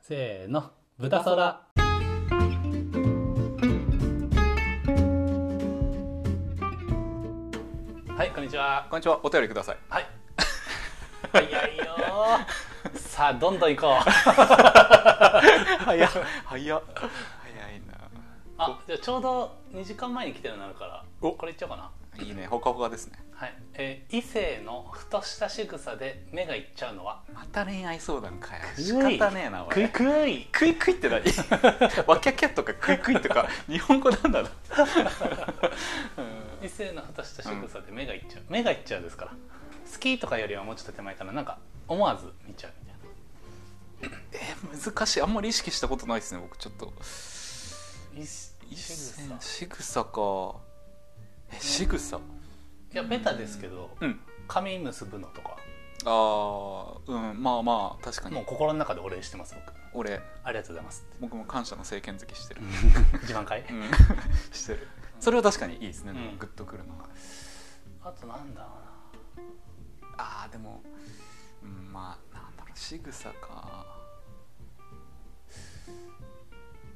せーの豚そらはいこんにちはこんにちは、お便りください。はい早いよー さあどんどん行こう早っ、早っ。早いあじゃあちょうど2時間前に来てるのあるからおこれいっちゃおうかなな。いいね、ほかほかですね。はい、えー異性のふとした仕草で目がいっちゃうのはまた恋愛相談かよ。仕方ねえな、クイ俺。クイクイクイって何 わきゃきゃとかクイクイとか、日本語なんだな。異性のふとした仕草で目がいっちゃう、目がいっちゃうですから好きとかよりはもうちょっと手前かななんか思わず見ちゃうみたいえー、難しい。あんまり意識したことないですね、僕ちょっと。ない仕草い仕草か。え、仕草やベタですけど、うん。髪結ぶのとかああ、うん、まあまあ、確かもうに。心の中でお礼してます僕俺、ありがとうございますって僕も感謝の政権好きしてる。 自慢会うん、 してる。それは確かにいいですね、うんグッとくるのが。あとなんだろうなあーでも、うん、まあなんだろう仕草か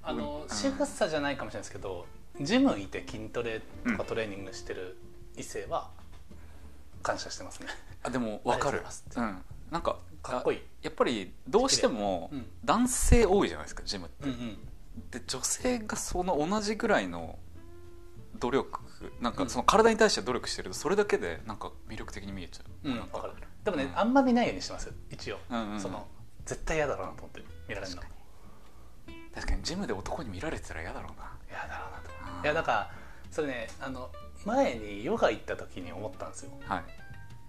あのうん仕草じゃないかもしれないですけどジムいて筋トレとかトレーニングしてる異性は感謝してますね、あでもわかありるがとうごうざんなんかかっこいいい、やっぱりどうしてもうん男性多いじゃないですかジムって、うんうん、で女性がその同じぐらいの努力なんうかんその体に対して努力してるとそれだけでなんか魅力的に見えちゃう、うん、なわんかかるでもね、うんあんま見ないようにしてます一応、うんうんうんその絶対嫌だろうなと思って見られるの確確かにジムで男に見られてたら嫌だろうな嫌だろうなと思っあーていやだからそれねあの前にヨガ行った時に思ったんですよはい、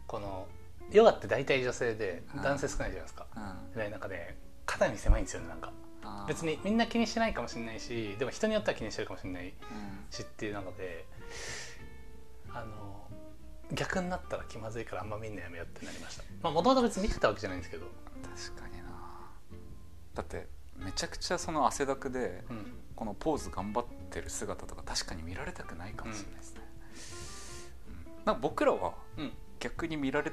このヨガって大体女性でうん男性少ないじゃないですか、うんでなんかね肩身狭いんですよねなんかあー別に、みんな気にしてないかもしれないしでも人によっては気にしてるかもしれないうん知っていう中であの逆になったら気まずいからあんま見んのやめようってなりましたまあもともと別に見てたわけじゃないんですけど、確かになだってめちゃくちゃその汗だくでうんこのポーズ頑張ってる姿とか確かに見られたくないかもしれないですね、うんなんか僕らはうん、逆に見られ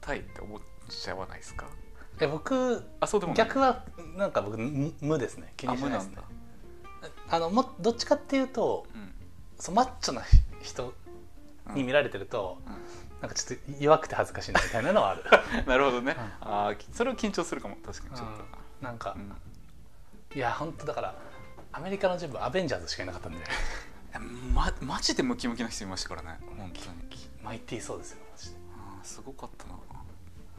たいって思っちゃわないですかえ僕あそうでもない逆はなんか僕無無ですね気あにし無ないなですんねだ、あのもどっちかっていうとうんそうマッチョな人うんに見られてると、うなんかちょっと弱くて恥ずかしいなみたいなのはあるんなるほどね、あーきそれは緊張するかも確かにちょっうんなんかと、う、んいや本当だからアメリカのジムアベンジャーズしかいなかったんで ま、マジでムキムキな人いましたからね本当にマイティーそうですよマ ジで、あーすごかったな、うん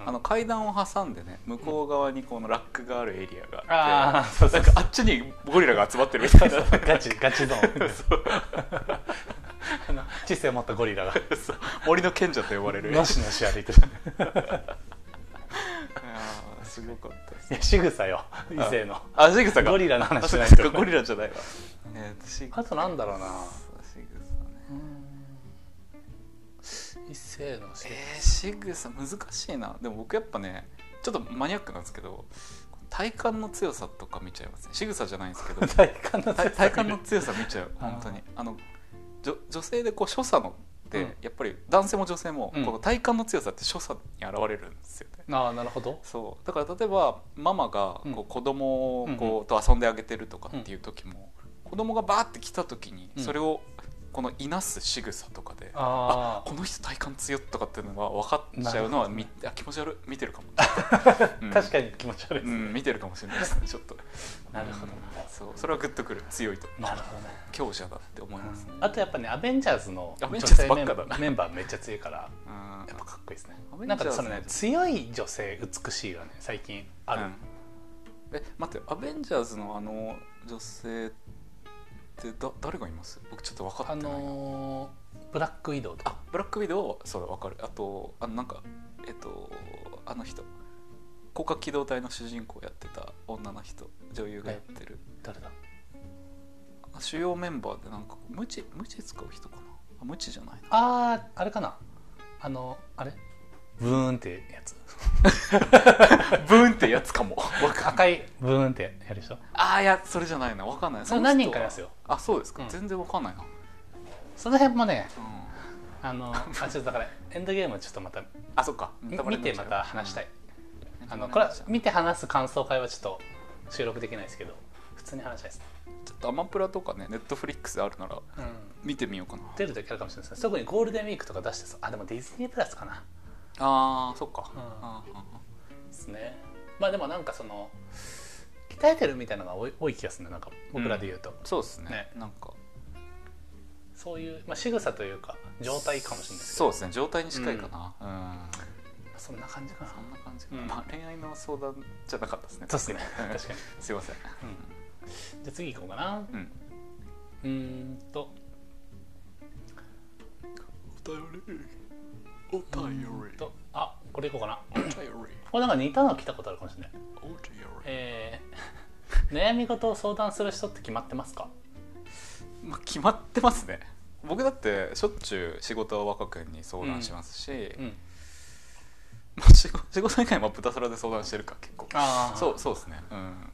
あの階段を挟んでね向こう側にこのラックがあるエリアがああーってそうそうなんかあっちにゴリラが集まってるみ たいなガチガチゾ ーンそうあの知性を持ったゴリラが そう森の賢者と呼ばれるのしのし歩いてるあーすごかったですいや仕草よ異性のあ仕草かゴリラの話あしそうなでいすとかゴリラじゃないわえー仕草あとなんだろうな仕草ね異性の仕草えー、仕草難しいなでも僕やっぱねちょっとマニアックなんですけど体幹の強さとか見ちゃいますね仕草じゃないんです けど体幹の体体幹のの強さ見ちゃう本当にあの女女性でこう所作のって、うんやっぱり男性も女性も、うんこの体幹の強さって所作に現れるんですよねああなるほどそうだから例えばママがうんこう子供をうんこうと遊んであげてるとかっていう時も、子供がバーって来た時にうんそれをこのいなす仕草とかで、あこの人体幹強っとかっていうのが分かっちゃうのはみ、 なあ気持ち悪い見てるかも、うあ ん確かに気持ち悪いですうね、ん見てるかもしれない ですねちょっとなるほどそうそれはグッとくる強いとななるほどね強者だって思いますね、あとやっぱねアベンジャーズのアベン女ジャー性ズばメっンかだなメンバーめっちゃ強いからうやっんぱかっこいいですねアベンジなャーんかズそのね強い女性美しいがね最近ある、うんえ待ってアベンジャーズのあの女性ってだ誰がいます僕ちょっと分かあってないなのーブラックウィドウとかあブラックビデオそれ分かるあとあのなんかえっとあの人高架機動隊の主人公やってた女の人女優がやってる、誰だあ主要メンバーでなんか無知無知使う人かなあ無知じゃないなあーあれかなあのあれブーンってや つブーンってやつかも わかんない赤いブーンってやる人あーいやそれじゃないな分かんないそれの人は何人かいますよあそうですか、うん全然分かんないな、うん、その辺もねあのあ ちょっとだからエンドゲームちょっとまたあそっか見てまた話したい、い、うんあのこれは見て話す感想会はちょっと収録できないですけど普通に話したいですね、ちょっとアマプラとかねネットフリックスあるならうん、見てみようかな出る時あるかもしれないですね特にゴールデンウィークとか出してそうあでもディズニープラスかなあーそっか、うんあーあーあですねまあでもなんかその鍛えてるみたいなのが多い多い気がするねなんか僕らで言うと、ーそうですねねなんかそういう、まあ、仕草というか状態かもしれないですけそうですね状態に近いかなうどん、まあそんな感じかなそんな感じかうんまあ、恋愛の相談じゃなかったですねそうですねうん 確かにすいませんじゃあ次行こうかなうんうーんとお便りお便りうーんとあこれ行こうかなお便りこれなんか似たの来たことあるかもしれないお便りえー 悩み事を相談する人って決まってますかまあ決まってますね僕だってしょっちゅう仕事は若君に相談しますし、うんまあ仕事仕事以外も豚皿で相談してるか結構あーそうそうですねうん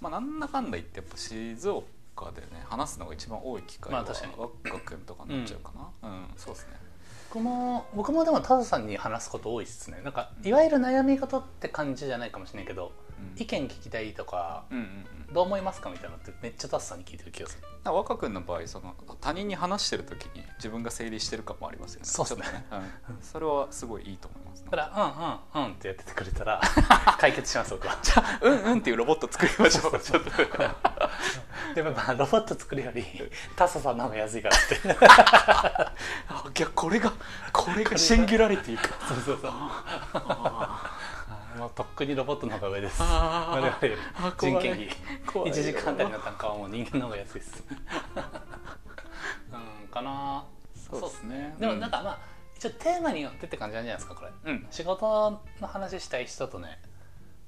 まあなんだかんだ言ってやっぱ静岡でね話すのが一番多い機会はまあ確かに若君とかになっちゃうかなうん、そうですね僕も僕もでもタダさんに話すこと多いっすねなんかいわゆる悩み事って感じじゃないかもしれないけどうん意見聞きたいとかうんうんうんどう思いますかみたいなのってめっちゃタダさんに聞いてる気がするなんか若君の場合その他人に話してる時に自分が整理してる感もありますよねそうっすねちょっとうん、それはすごいいいと思います、だから「うんうんうん」ってやっててくれた ら解決します僕はじゃあうんうんっていうロボット作りましょうちょっとでもまあロボット作るよりタサさんの方が安いからって あいやこれがこれがシンギュラリティかそうそうそうあ もうとっくにロボットの方が上ですあ我々よりあ怖い人件費怖いよ1時間あたりの単価はもう人間の方が安いですうんかなそうですねでもなんかまあ一応テーマによってって感じなんじゃないですかこれうん仕事の話したい人とね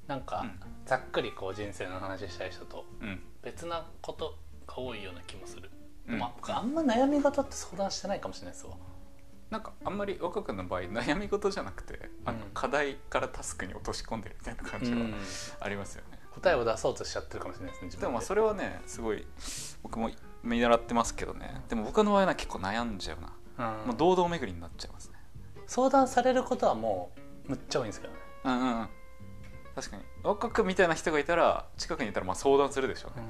なんうかんざっくりこう人生の話したい人とうん別なことが多いような気もする、うんでも僕あんま悩み事って相談してないかもしれないですわなんかあんまり若君の場合悩み事じゃなくてあのうん課題からタスクに落とし込んでるみたいな感じはうんありますよね、答えを出そうとしちゃってるかもしれないですね自分でもまあそれはねすごい僕も見習ってますけどねでも僕の場合は結構悩んじゃうな、うんもう堂々巡りになっちゃいますね相談されることはもうむっちゃ多いんですけどね、うんうんうん確かに若君みたいな人がいたら近くにいたらまあ相談するでしょうね、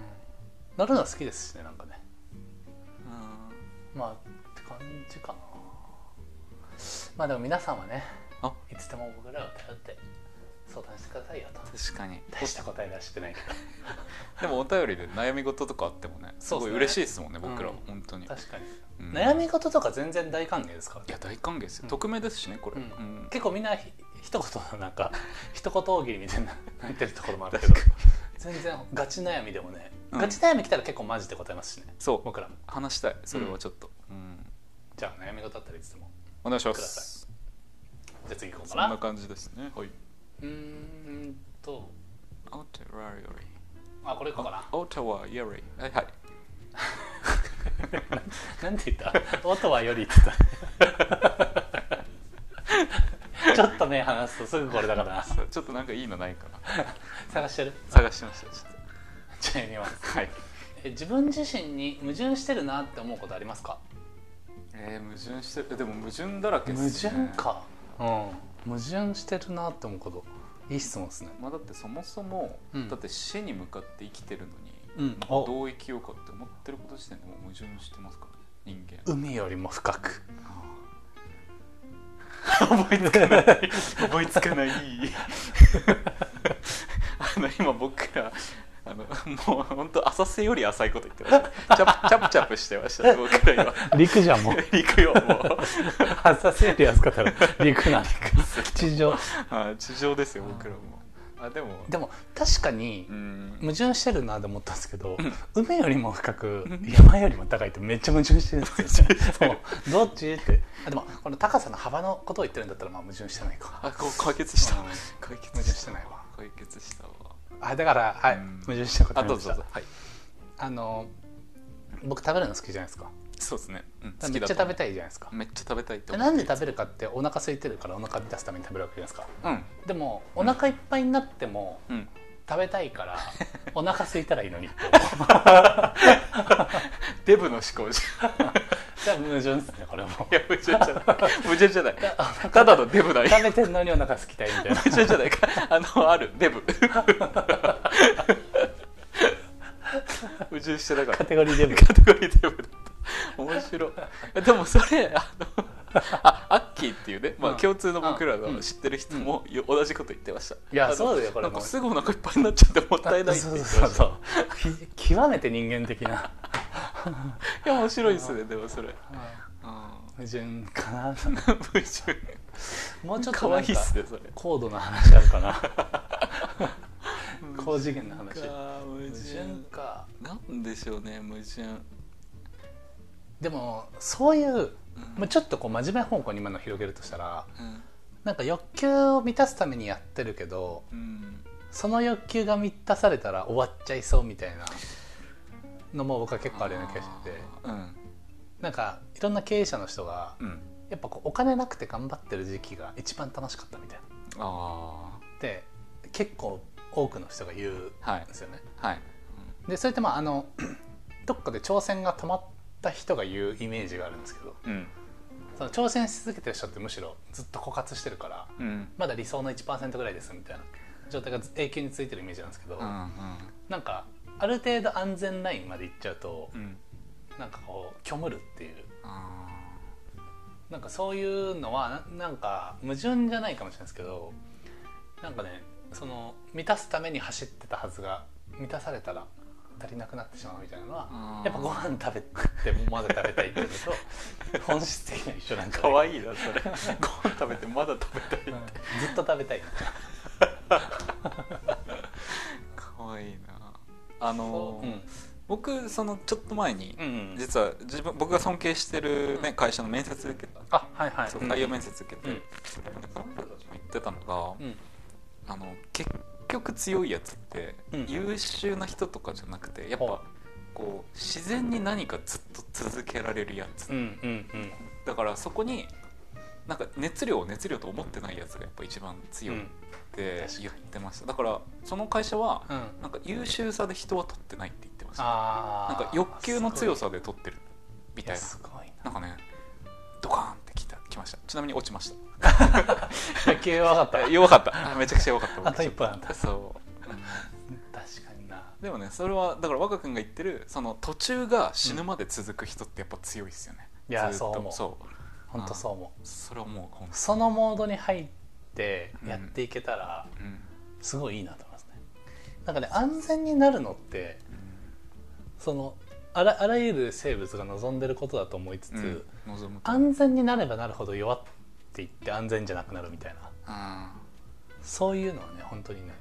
なるのは好きですしねなんかねうんまあって感じかなまあでも皆さんはねあいつでも僕らを頼って相談してくださいよと確かに大した答え出してないけでもお便りで悩み事とかあってもねすごそうっすいね嬉しいですもんねうん僕らは本当に、ど 確かに、うん悩み事とか全然大歓迎ですからいねや大歓迎ですよ、うん匿名ですしねこれ、うんうん結構みんなひ一言のなん か一言大喜利みたいな泣いてるところもあるけど全然ガチ悩みでもね、うんガチ悩み来たら結構マジで答えますしねそう僕らも話したいそれはちょっと、うんじゃあ悩み事あったらいつでもお願いしまくだすさじゃあ次行こうそかんなな感じですねはいうーんとお便りよりあこれ行こうかなお便りよりはいはい なんて言った音はよりって言った ちょっと目離すとすぐこれだからなそうちょっとなんかいいのないかな探してる探してましたちょっじゃあ見ますとはいえ自分自身に矛盾してるなって思うことありますかえー、矛盾してるでも矛盾だらけっ矛す盾ねか、うん、矛盾してるなって思うこといい質問ですねまあ、だってそもそも、うんだって死に向かって生きてるのに、うんおどう生きようかって思ってること自体でもう矛盾してますからね人 間海よりも深く覚えつかない覚えつかないあの今僕らあのもう本当浅瀬より浅いこと言ってましたチャプチャプチャプしてました僕ら今陸じゃ んもう陸よもう 浅瀬より安かったら陸なんだ地上あ地上ですよ僕らもあでもでも確かにうん矛盾してるなって思ったんですけど、う海よりも深くうん山よりも高いってめっちゃ矛盾してるんですよね矛盾してるそうどっちってあでもこの高さの幅のことを言ってるんだったらまあ矛盾してないか あこう解決したうん解矛決盾ししたてわないわ解決したわあだからはいうん矛盾したことあありどうましぞどうたぞはいあの僕食べるの好きじゃないですかそうですね、うん、好めきっちゃだ食べとたいじゃないですかめっちゃ食べたいとで思なうんで食べるかってお腹空いてるからお腹満たすために食べるわけじゃないですかうんでもお腹いっぱいになってもうん食べたい からお腹空いたらいいのにってデブの思考じゃんじゃあ矛盾ですねこれも いや矛盾じゃない矛盾じゃないただのデブだよ食べてんのにお腹空きたいみたいな 矛盾じゃないかあのあるデブ矛盾してなかっカたテゴリーデブカテゴリーデブだった面白いえでもそれあのあアッキーっていうね、まあ、うん共通の僕らうんの知ってる人もよ同じこと言ってましたいやそうだよこれなんもかうすぐお腹いっぱいになっちゃってもったいないってそ言うってそうましたそうそうき極めて人間的ないや面白いですねでもそれ、ううん、ん 矛矛盾かな盾もうちょっと可な愛んいっかすねそれ高度な話あるかな高次元の話矛盾か矛盾か矛盾なんでしょうね矛盾でもそういううんまあちょっとこう真面目方向に今の広げるとしたらうんなんか欲求を満たすためにやってるけどうんその欲求が満たされたら終わっちゃいそうみたいなのも僕は結構あるような気がしててあーなんかいろんな経営者の人がうんうんやっぱこうお金なくて頑張ってる時期が一番楽しかったみたいなあで結構多くの人が言うんあはいですよね。はいでそれってまああの どっかで挑戦が止まった人が言うイメージがあるんですけどうんその挑戦し続けてる人ってむしろずっと枯渇してるからうんまだ理想の1%ぐらいですみたいな状態がず永久についてるイメージなんですけど、うんなんかある程度安全ラインまで行っちゃうとうんうんなんかこう虚無るっていうあなんかそういうのはななんか矛盾じゃないかもしれないですけどなんかねその満たすために走ってたはずが満たされたら足りなくなってしまうみたいなのはあーやっぱご飯食べてまだ食べたいっていうの と本質的には一緒なんーじゃかないわいいなそれ ご飯食べてまだ食べたいうんずっと食べたいみたいなかわいいなあのそうーうん僕そのちょっと前に、うんうん実は自分僕が尊敬してる、ね、会社の面接受けたあはいはいそううん採用面接受けて、うん彼女たちも言ってたのが、うんあの結局強いやつって、うん優秀な人とかじゃなくてやっほうぱこう自然に何かずっと続けられるやつ、うんうんうんだからそこになんか熱量を熱量と思ってないやつがやっぱ一番強いって言ってました、だからその会社はうんなんか優秀さで人は取ってないって言ってましたなんあーか欲求の強さで取ってるみいたいやなすごいななんかねドカーンってきたきましたちなみに落ちました野球は分かったえ弱かったあめちゃくちゃ弱かったあと一歩なんだ そう確かになでもねそれはだから若君が言ってるその途中が死ぬまで続く人ってやっぱ強いですよね、いやずーそっとう思うそう本当そう思うそれはもうほんとそのモードに入ってやっていけたらうんすごいいいなと思いますね。なんかね安全になるのってそのあらあらゆる生物が望んでることだと思いつつ、うん望むと安全になればなるほど弱っていって安全じゃなくなるみたいなあそういうのはね本当にね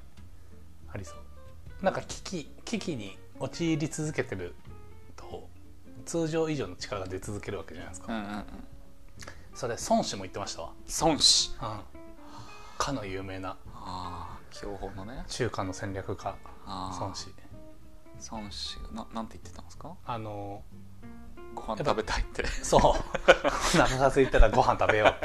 ありそう。なんか危機危機に陥り続けてると通常以上の力が出続けるわけじゃないですうか。んうんうんそれ孫子も言ってましたわ。孫子うん、かの有名なああ享保のね中華の戦略家あー孫子孫子ななんて言ってたんですかあのご飯食べたいって そう お腹が空いたらご飯食べようっ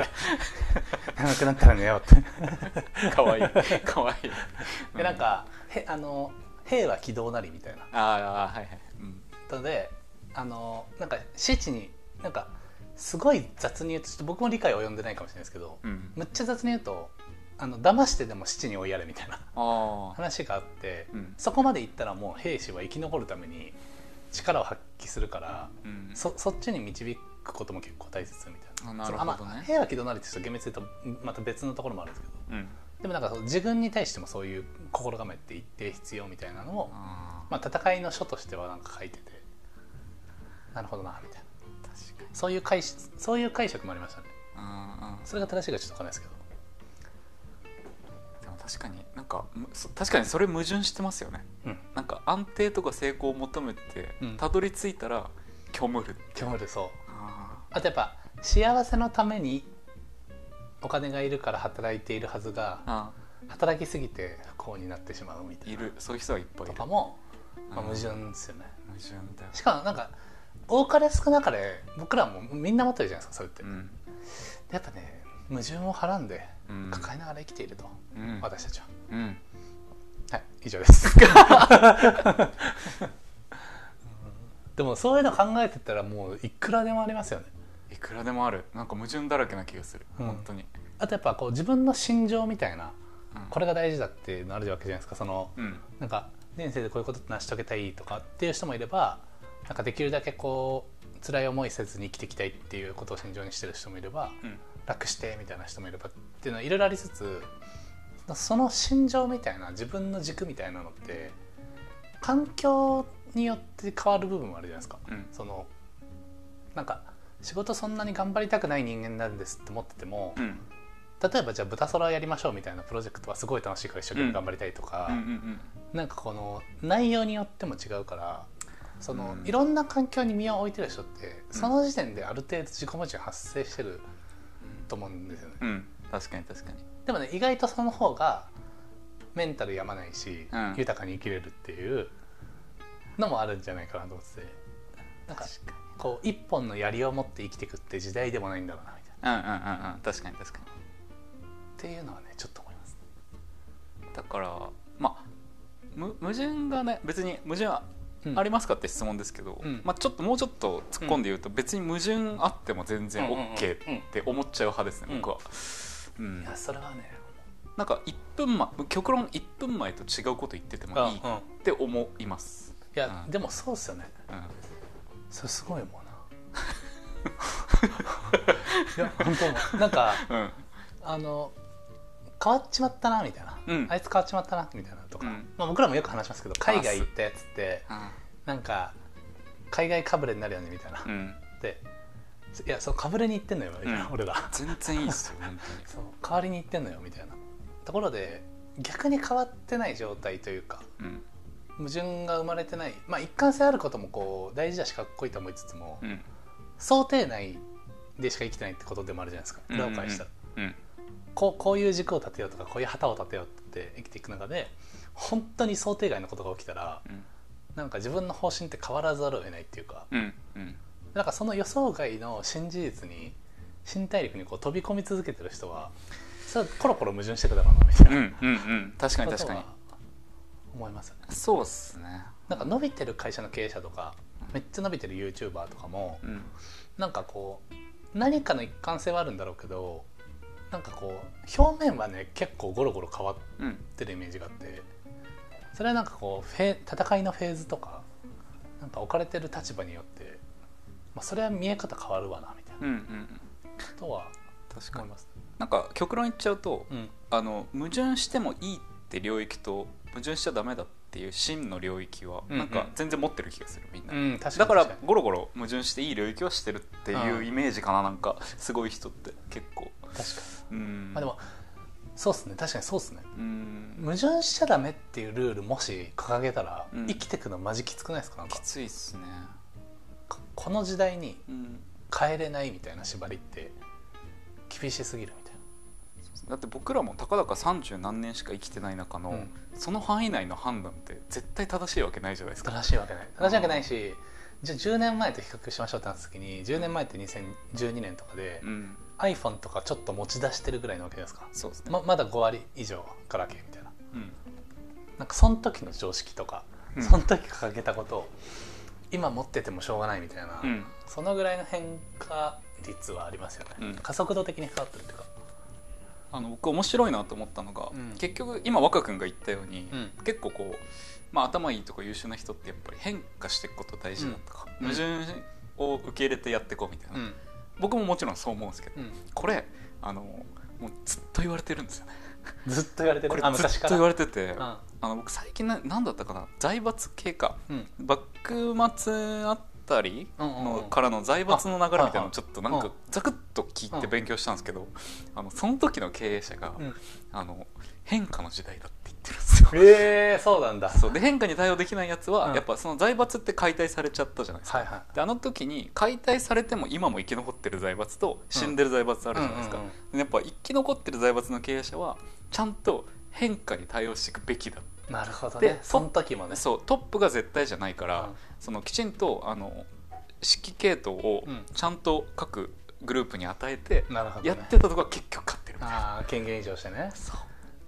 て 眠くなったら寝ようってかわいいかわいいでなんかへあの兵は軌道なりみたいなああはいはいうんのであのなんか指示になんかすごい雑に言うとちょっと僕も理解及んでないかもしれないですけど、うんむっちゃ雑に言うとあの騙してでも七に追いやれみたいなああ話があって、うんそこまで行ったらもう兵士は生き残るために力を発揮するから、うんそそっちに導くことも結構大切みたいなあなるほどねそのあまあ平和気道なりってちょっと厳密に言うとまた別のところもあるんですけどうんでもなんかその自分に対してもそういう心構えって一定必要みたいなのを、ああまあ、戦いの書としてはなんか書いててなるほどなみたいな確かにそういう解釈そういう解釈もありましたねうんうんそれが正しいかちょっとわかんないですけどでも確かになんかむそ確かにそれ矛盾してますよねうんなんか安定とか成功を求めてうんたどり着いたら虚無る今日までそうああとやっぱ幸せのためにお金がいるから働いているはずがあ働きすぎて不幸になってしまうみたいいなるそういう人はいっとぱいいるかも、まあ、うん矛盾ですよね矛盾だよしかもなんか多かれ少なかれ僕らもみんな持ってるじゃないですかそれって、うんやっぱね矛盾をはらんでうん抱えながら生きていると、うん私たちはうんはい以上です うんでもそういうの考えてったらもういくらでもありますよねいくらでもあるなんか矛盾だらけな気がするうん本当にあとやっぱこう自分の心情みたいなうんこれが大事だっていうのあるわけじゃないですかそのうんなんか人生でこういうことって成し遂げたいとかっていう人もいればなんかできるだけこう辛い思いせずに生きていきたいっていうことを心情にしてる人もいればうん楽してみたいな人もいればっていうのはいろいろありつつその心情みたいな自分の軸みたいなのって環境によって変わる部分もあるじゃないですか。うんそのなんか仕事そんなに頑張りたくない人間なんですって思ってても、うんうん例えばじゃあ豚空やりましょうみたいなプロジェクトはすごい楽しいから一生懸命頑張りたいとか、うんなんかこの内容によっても違うからその、うんいろんな環境に身を置いてる人ってその時点である程度自己矛盾発生してると思うんですよね。うんうん確かに確かにでもね意外とその方がメンタル病まないし、うん豊かに生きれるっていうのもあるんじゃないかなと思っててなんかこう一本の槍を持って生きていくって時代でもないんだろうなみたいなうんうんうんうん確かに確かにっていうのはねちょっと思います。だからまあむ矛盾がね別に矛盾はうんありますかって質問ですけど、うんまあ、ちょっともうちょっと突っ込んで言うと、別に矛盾あっても全う然んうんうん OK って思っちゃう派ですね、うん僕は、うんいやそれはねなんか1分前極論1分前と違うこと言っててもいいっうんいて思います、や、うんでもそうっすよねうんそれすごいもうな いや本当もうなんかうんあの変わっちまったなみたいな、うんあいつ変わっちまったなみたいなとか、うんまあ、僕らもよく話しますけど海外行ったやつってなんか海外かぶれになるよねみたいな、うん、でいやそうかぶれに行ってんのよみたいな、うん俺ら全然いいっすよ本そう代わりに行ってんのよみたいなところで逆に変わってない状態というか当に、矛盾が生まれてないまあ一貫性あることもこう大事だしかっこいいと思いつつも、うんうん想定内でしか生きてないってことでもあるじゃないですか裏を返したら、うんこうこういう軸を立てようとかこういう旗を立てようって生きていく中で本当に想定外のことが起きたらうんなんか自分の方針って変わらざるを得ないっていうかうんうんなんかその予想外の新事実に新大陸にこう飛び込み続けてる人はそれはコロコロ矛盾してくだろうなみたいうんうなんうん確かにこと確かはに思いますよねそうっすねなんか伸びてる会社の経営者とかめっちゃ伸びてる YouTuber とかもうんなんかこう何かの一貫性はあるんだろうけどなんかこう表面はね結構ゴロゴロ変わっうんってるイメージがあってそれはなんかこうフェ戦いのフェーズとかなんか置かれてる立場によって、まあ、それは見え方変わるわなみたいなうんうんうんことは確か思いにます。なんか極論言っちゃうとうんあの矛盾してもいいって領域と矛盾しちゃダメだっていう真の領域はうんうんなんか全然持ってる気がするみんな、うん、確かにだから確にゴロゴロ矛盾していい領域はしてるっていううんイメージかななんかすごい人って結構確かにうんまあでもそうっすね確かにそうっすねうん矛盾しちゃダメっていうルールもし掲げたら、うん生きてくのマジきつくないですかなんかきついっすねここの時代にうん変えれないみたいな縛りって厳しすぎるみたいなだって僕らもたかだか30何年しか生きてない中の、うんその範囲内の判断って絶対正しいわけないじゃないですか正しいわけない正しいわけないしじゃあ10年前と比較しましょうってなった時に10年前って2012年とかで、うん iPhone とかちょっと持ち出してるぐらいなわけですかそうですね、ままだ5割以上ガラケーみたいなうんなんかその時の常識とか、うんその時掲げたことを今持っててもしょうがないみたいな、うんそのぐらいの変化率はありますよね、うん加速度的に変わってるっていうかあの僕面白いなと思ったのが、うん結局今若君が言ったように、うん結構こう、まあ、頭いいとか優秀な人ってやっぱり変化していくこと大事だとか、うん矛盾を受け入れてやっていこうみたいな、ん僕ももちろんそう思うんですけど、うんこれあのもうずっと言われてるんですよねずっと言われてるこれあずっ昔とから言われてて、ああの僕最近な何だったかな財閥系かうんうん幕末あたりうんうんうのんからの財閥の流れみたいなのをちょっとなんあはいかはざくっと聞いて勉強したんですけど、あのその時の経営者が、うんあの変化の時代だって言ってるんですよ。えー、そうなんだそうで変化に対応できないやつは、うんやっぱその財閥って解体されちゃったじゃないですか。はいはいであの時に解体されても今も生き残ってる財閥と死んでる財閥あるじゃないですか、うんうんでやっぱ生き残ってる財閥の経営者はちゃんと変化に対応していくべきだうんなるほどでねその時もねそうトップが絶対じゃないから、うんそのきちんとあの指揮系統をうんちゃんと各グループに与えて、なるほど、ね、やってたとこは結局勝ってるみたいなああ権限以上してねそ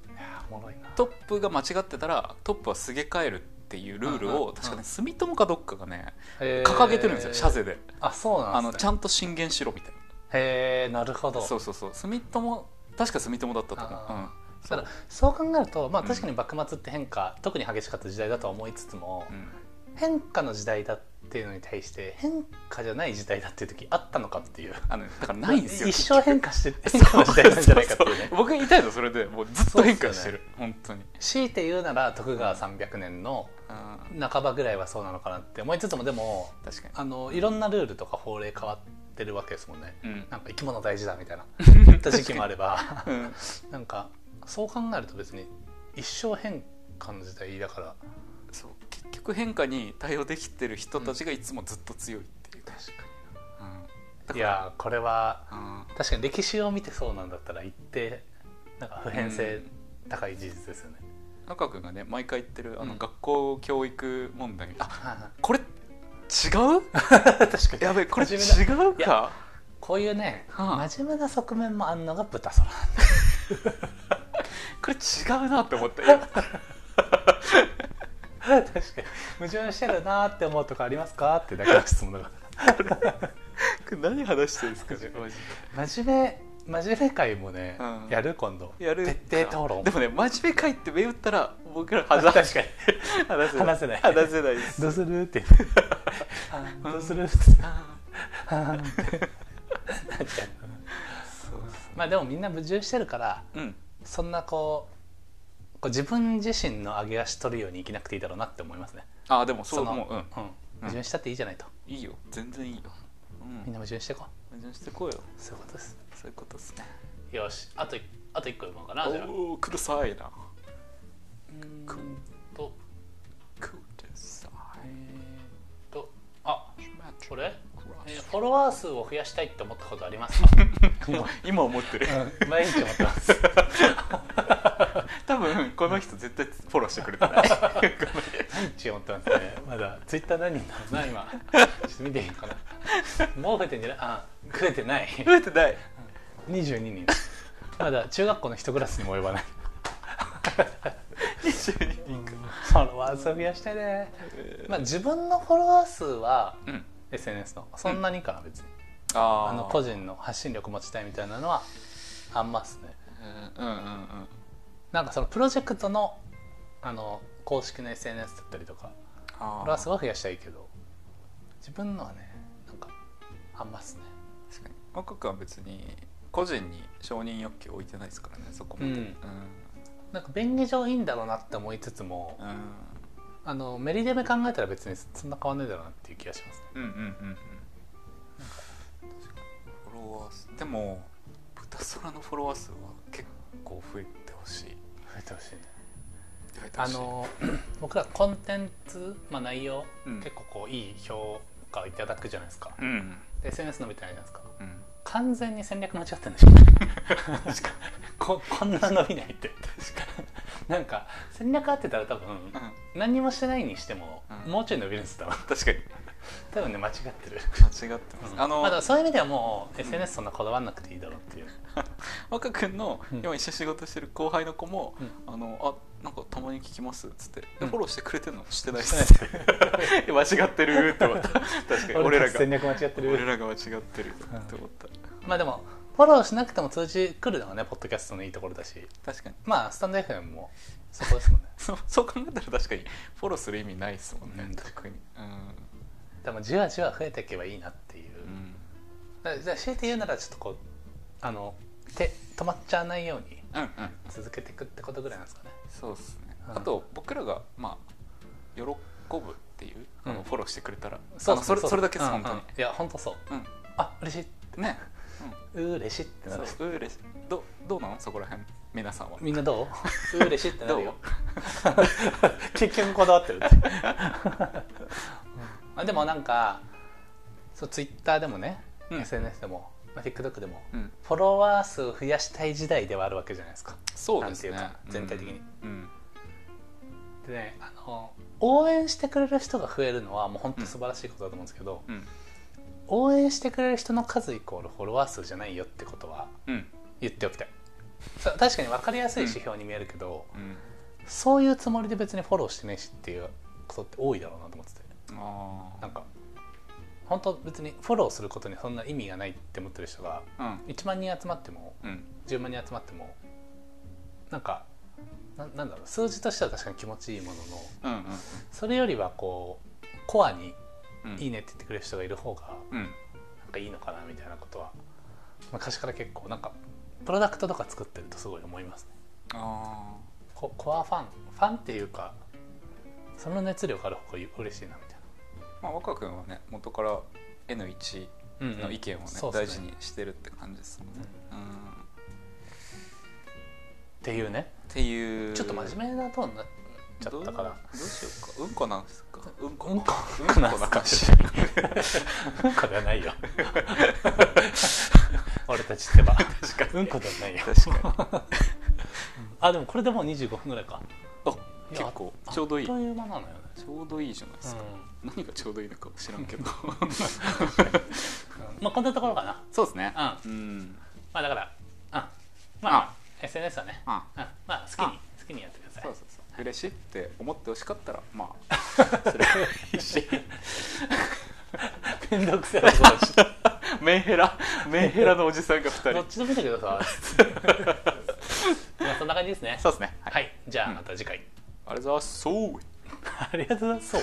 ういやーおもろいなトップが間違ってたらトップはすげ替えるっていうルールうんうんうをん確かね住友かどっかがねへー掲げてるんですよ社税であそうなあんでのす、ね、ちゃんと進言しろみたいへえなるほどなそうそうそう住友確か住友だったと思う、うんあ、ただそう考えると、まあ、確かに幕末って変化、特に激しかった時代だとは思いつつも、うん変化の時代だっていうのに対して変化じゃない時代だっていう時あったのかっていうあのねだからないんですよ一生変化して 結変化の局時代なんじゃないかっていうねそうそうそう僕言いたいのそれでもうずっと変化してる、本当に強いて言うなら徳川300年のあ半ばぐらいはそうなのかなって思いつつもでもー確かあのいろんなルールとか法令変わってるわけですもんねにうんなんか生き物大事だみたいな言った時期もあればうん なんかそう考えると別に一生変化の時代だからそう結局変化に対応できてる人たちがいつもずっと強いっていう、確かうんいだからやーこれはうん確かに歴史を見てそうなんだったら一定なんか普遍性高い事実ですよね、中君がね毎回言ってるあの、うん学校教育問題あはい はいこれ違う確かに やべえこれ違真面いうかこういうね、はあ真面目な側面もあんのが豚空これ違うなって思 った今 確かに矛盾してるなーって思うとこありますかってだけの質問だかこれ何話してるんですかねマジでら真面目真面目会もね、うんやる今度やる徹底討論でもね真面目かいって目打ったら僕ら確か話に話せ話せなないい話せないですどうするってあーどうするってあ あーってなっちゃうーそうまあでもみんな矛盾してるからそううんそんなこうこう自分自身の上げ足取るように生きなくていいだろうなって思いますねあーでもそうのもううんうん矛盾したっていいじゃないと、いいよ全然いいようんみんな矛盾してこ矛盾してこうようそういうことですそういうことですねよしあといあと1個読もうかなじゃあうおおくるさいなーんとくるさえいー、とあこれ、えーれフォロワー数を増やしたいって思ったことありますか今思ってるうん 毎日思ってます 多分この人絶対フォローしてくれて ない毎日思ってますねまだツイッター何人だろうな今ちょっと見ていいかなもう増えてんじゃないあ増えて ない増えてない22人まだ中学校の一クラスにも及ばない22フォロワー数増やしてね、まあ、自分のフォロワー数はうん SNS のそんなにかな別に、あああの個人の発信力持ちたいみたいなのはあんまっすねうんうんうんなんかそのプロジェクトのあの公式の SNS だったりとかフォロあワー数は増やしたいけど自分のはねなんかあんまっすね確かに若くは別に個人に承認欲求置いてないですからねそこまでうんうんなんか便宜上いいんだろうなって思いつつもうんあのメリデメ考えたら別にそんな変わんないだろうなっていう気がしますねうんうんうんうん確かにフォロワー数でも豚空のフォロワー数は結構増えてほしい増えてほしいね増えてほあしいの 僕らコンテンツ、まあ、内容、うん結構こういい評価をいただくじゃないですか、うんで SNS 伸びてないじゃないですかうん完全に戦略間違ってるん でしょ確かこ こんな伸びないってなんか戦略合ってたら多分うん何にもしてないにしても、うんもうちょい伸びるんです多分確かに多分ね間違ってる、間違ってます、うんあのまあ、だからそういう意味ではもう SNS そんなこだわんなくていいだろうっていう、若君のうん今一緒に仕事してる後輩の子もうん「あのあなんかたまに聞きます」っつって、えうんフォローしてくれてるのしてないっしてすないえ 間違ってるって思った確かに俺 俺らたちが戦略間違ってる俺らが間違ってるうんって思った、まあでもフォローしなくても通知来るのはねポッドキャストのいいところだし確かにまあスタンド FM もそこですもんねそそう考えたら確かにフォローする意味ないですもんね、うん特にでもじわじわ増えていけばいいなっていう、うん、うんだからじゃあ強いて言うならちょっとこうあの手止まっちゃわないようにうんうん続けていくってことぐらいなんですかねそうですね、うんあと僕らがまあ喜ぶっていうあうのんフォローしてくれたら、あのそれうそれだけです、うんうん本当に、いや本当そううんあ嬉しいね、うー嬉しいってうん、なそるう嬉しいどどうなのそこら辺皆さんはみんなどううー嬉しいってなる どうよ 結局こだわってるってあでもなんかそうツイッターでもね、うん SNS でも、まあ、TikTok でもうん、フォロワー数を増やしたい時代ではあるわけじゃないですかそうですねなんていうか全体的にうん、でねあの応援してくれる人が増えるのはもう本当素晴らしいことだと思うんですけど、うんうん応援してくれる人の数イコールフォロワー数じゃないよってことはうん言っておきたいさ確かに分かりやすい指標に見えるけど、うんそういうつもりで別にフォローしてねえしっていうことって多いだろうなと思っててあなんか本当別にフォローすることにそんな意味がないって思ってる人があうん1万人集まってもうん10万人集まってもなんかななんだろう数字としては確かに気持ちいいもののうんうんそれよりはこうコアにうんうんいいねって言ってくれる人がいる方がうんなんかいいのかなみたいなことは昔から結構なんかプロダクトとか作ってるとすごい思いますねあココアファンファンっていうかその熱量がある方が嬉しいなみたいーまあ若君はね元から N1 な、の意見をね,、そうっす大事にしてるって感じですもんね、っうん、っていうねていうちょっと真面目なトーンになっちゃったからどうどうしようかうんこなんですかうんこうんこううんんここななんんすすかかうんこではないよ 俺たちってば確うんこではないよ確かにあでもこれでもう25分ぐらいかあいや結構ちょうどいいあっという間なのよね、ちょうどいいじゃないですか、何がちょうどいいのか知らんけどうんまあこんなところかなそうですねううんまあだから、うん、まああ SNS はね、あうん、まあ好きに好きにやってくださいそうそうそう嬉しいって思ってほしかったらまあそれはいい しめんどくせえなそうだしメンヘラメンヘラのおじさんが2ど人っちでもいいんだけどさ まあそんな感じですねそうですねはい、はあいりじゃあう んまた次回、がとうございますそうありがとうございますそう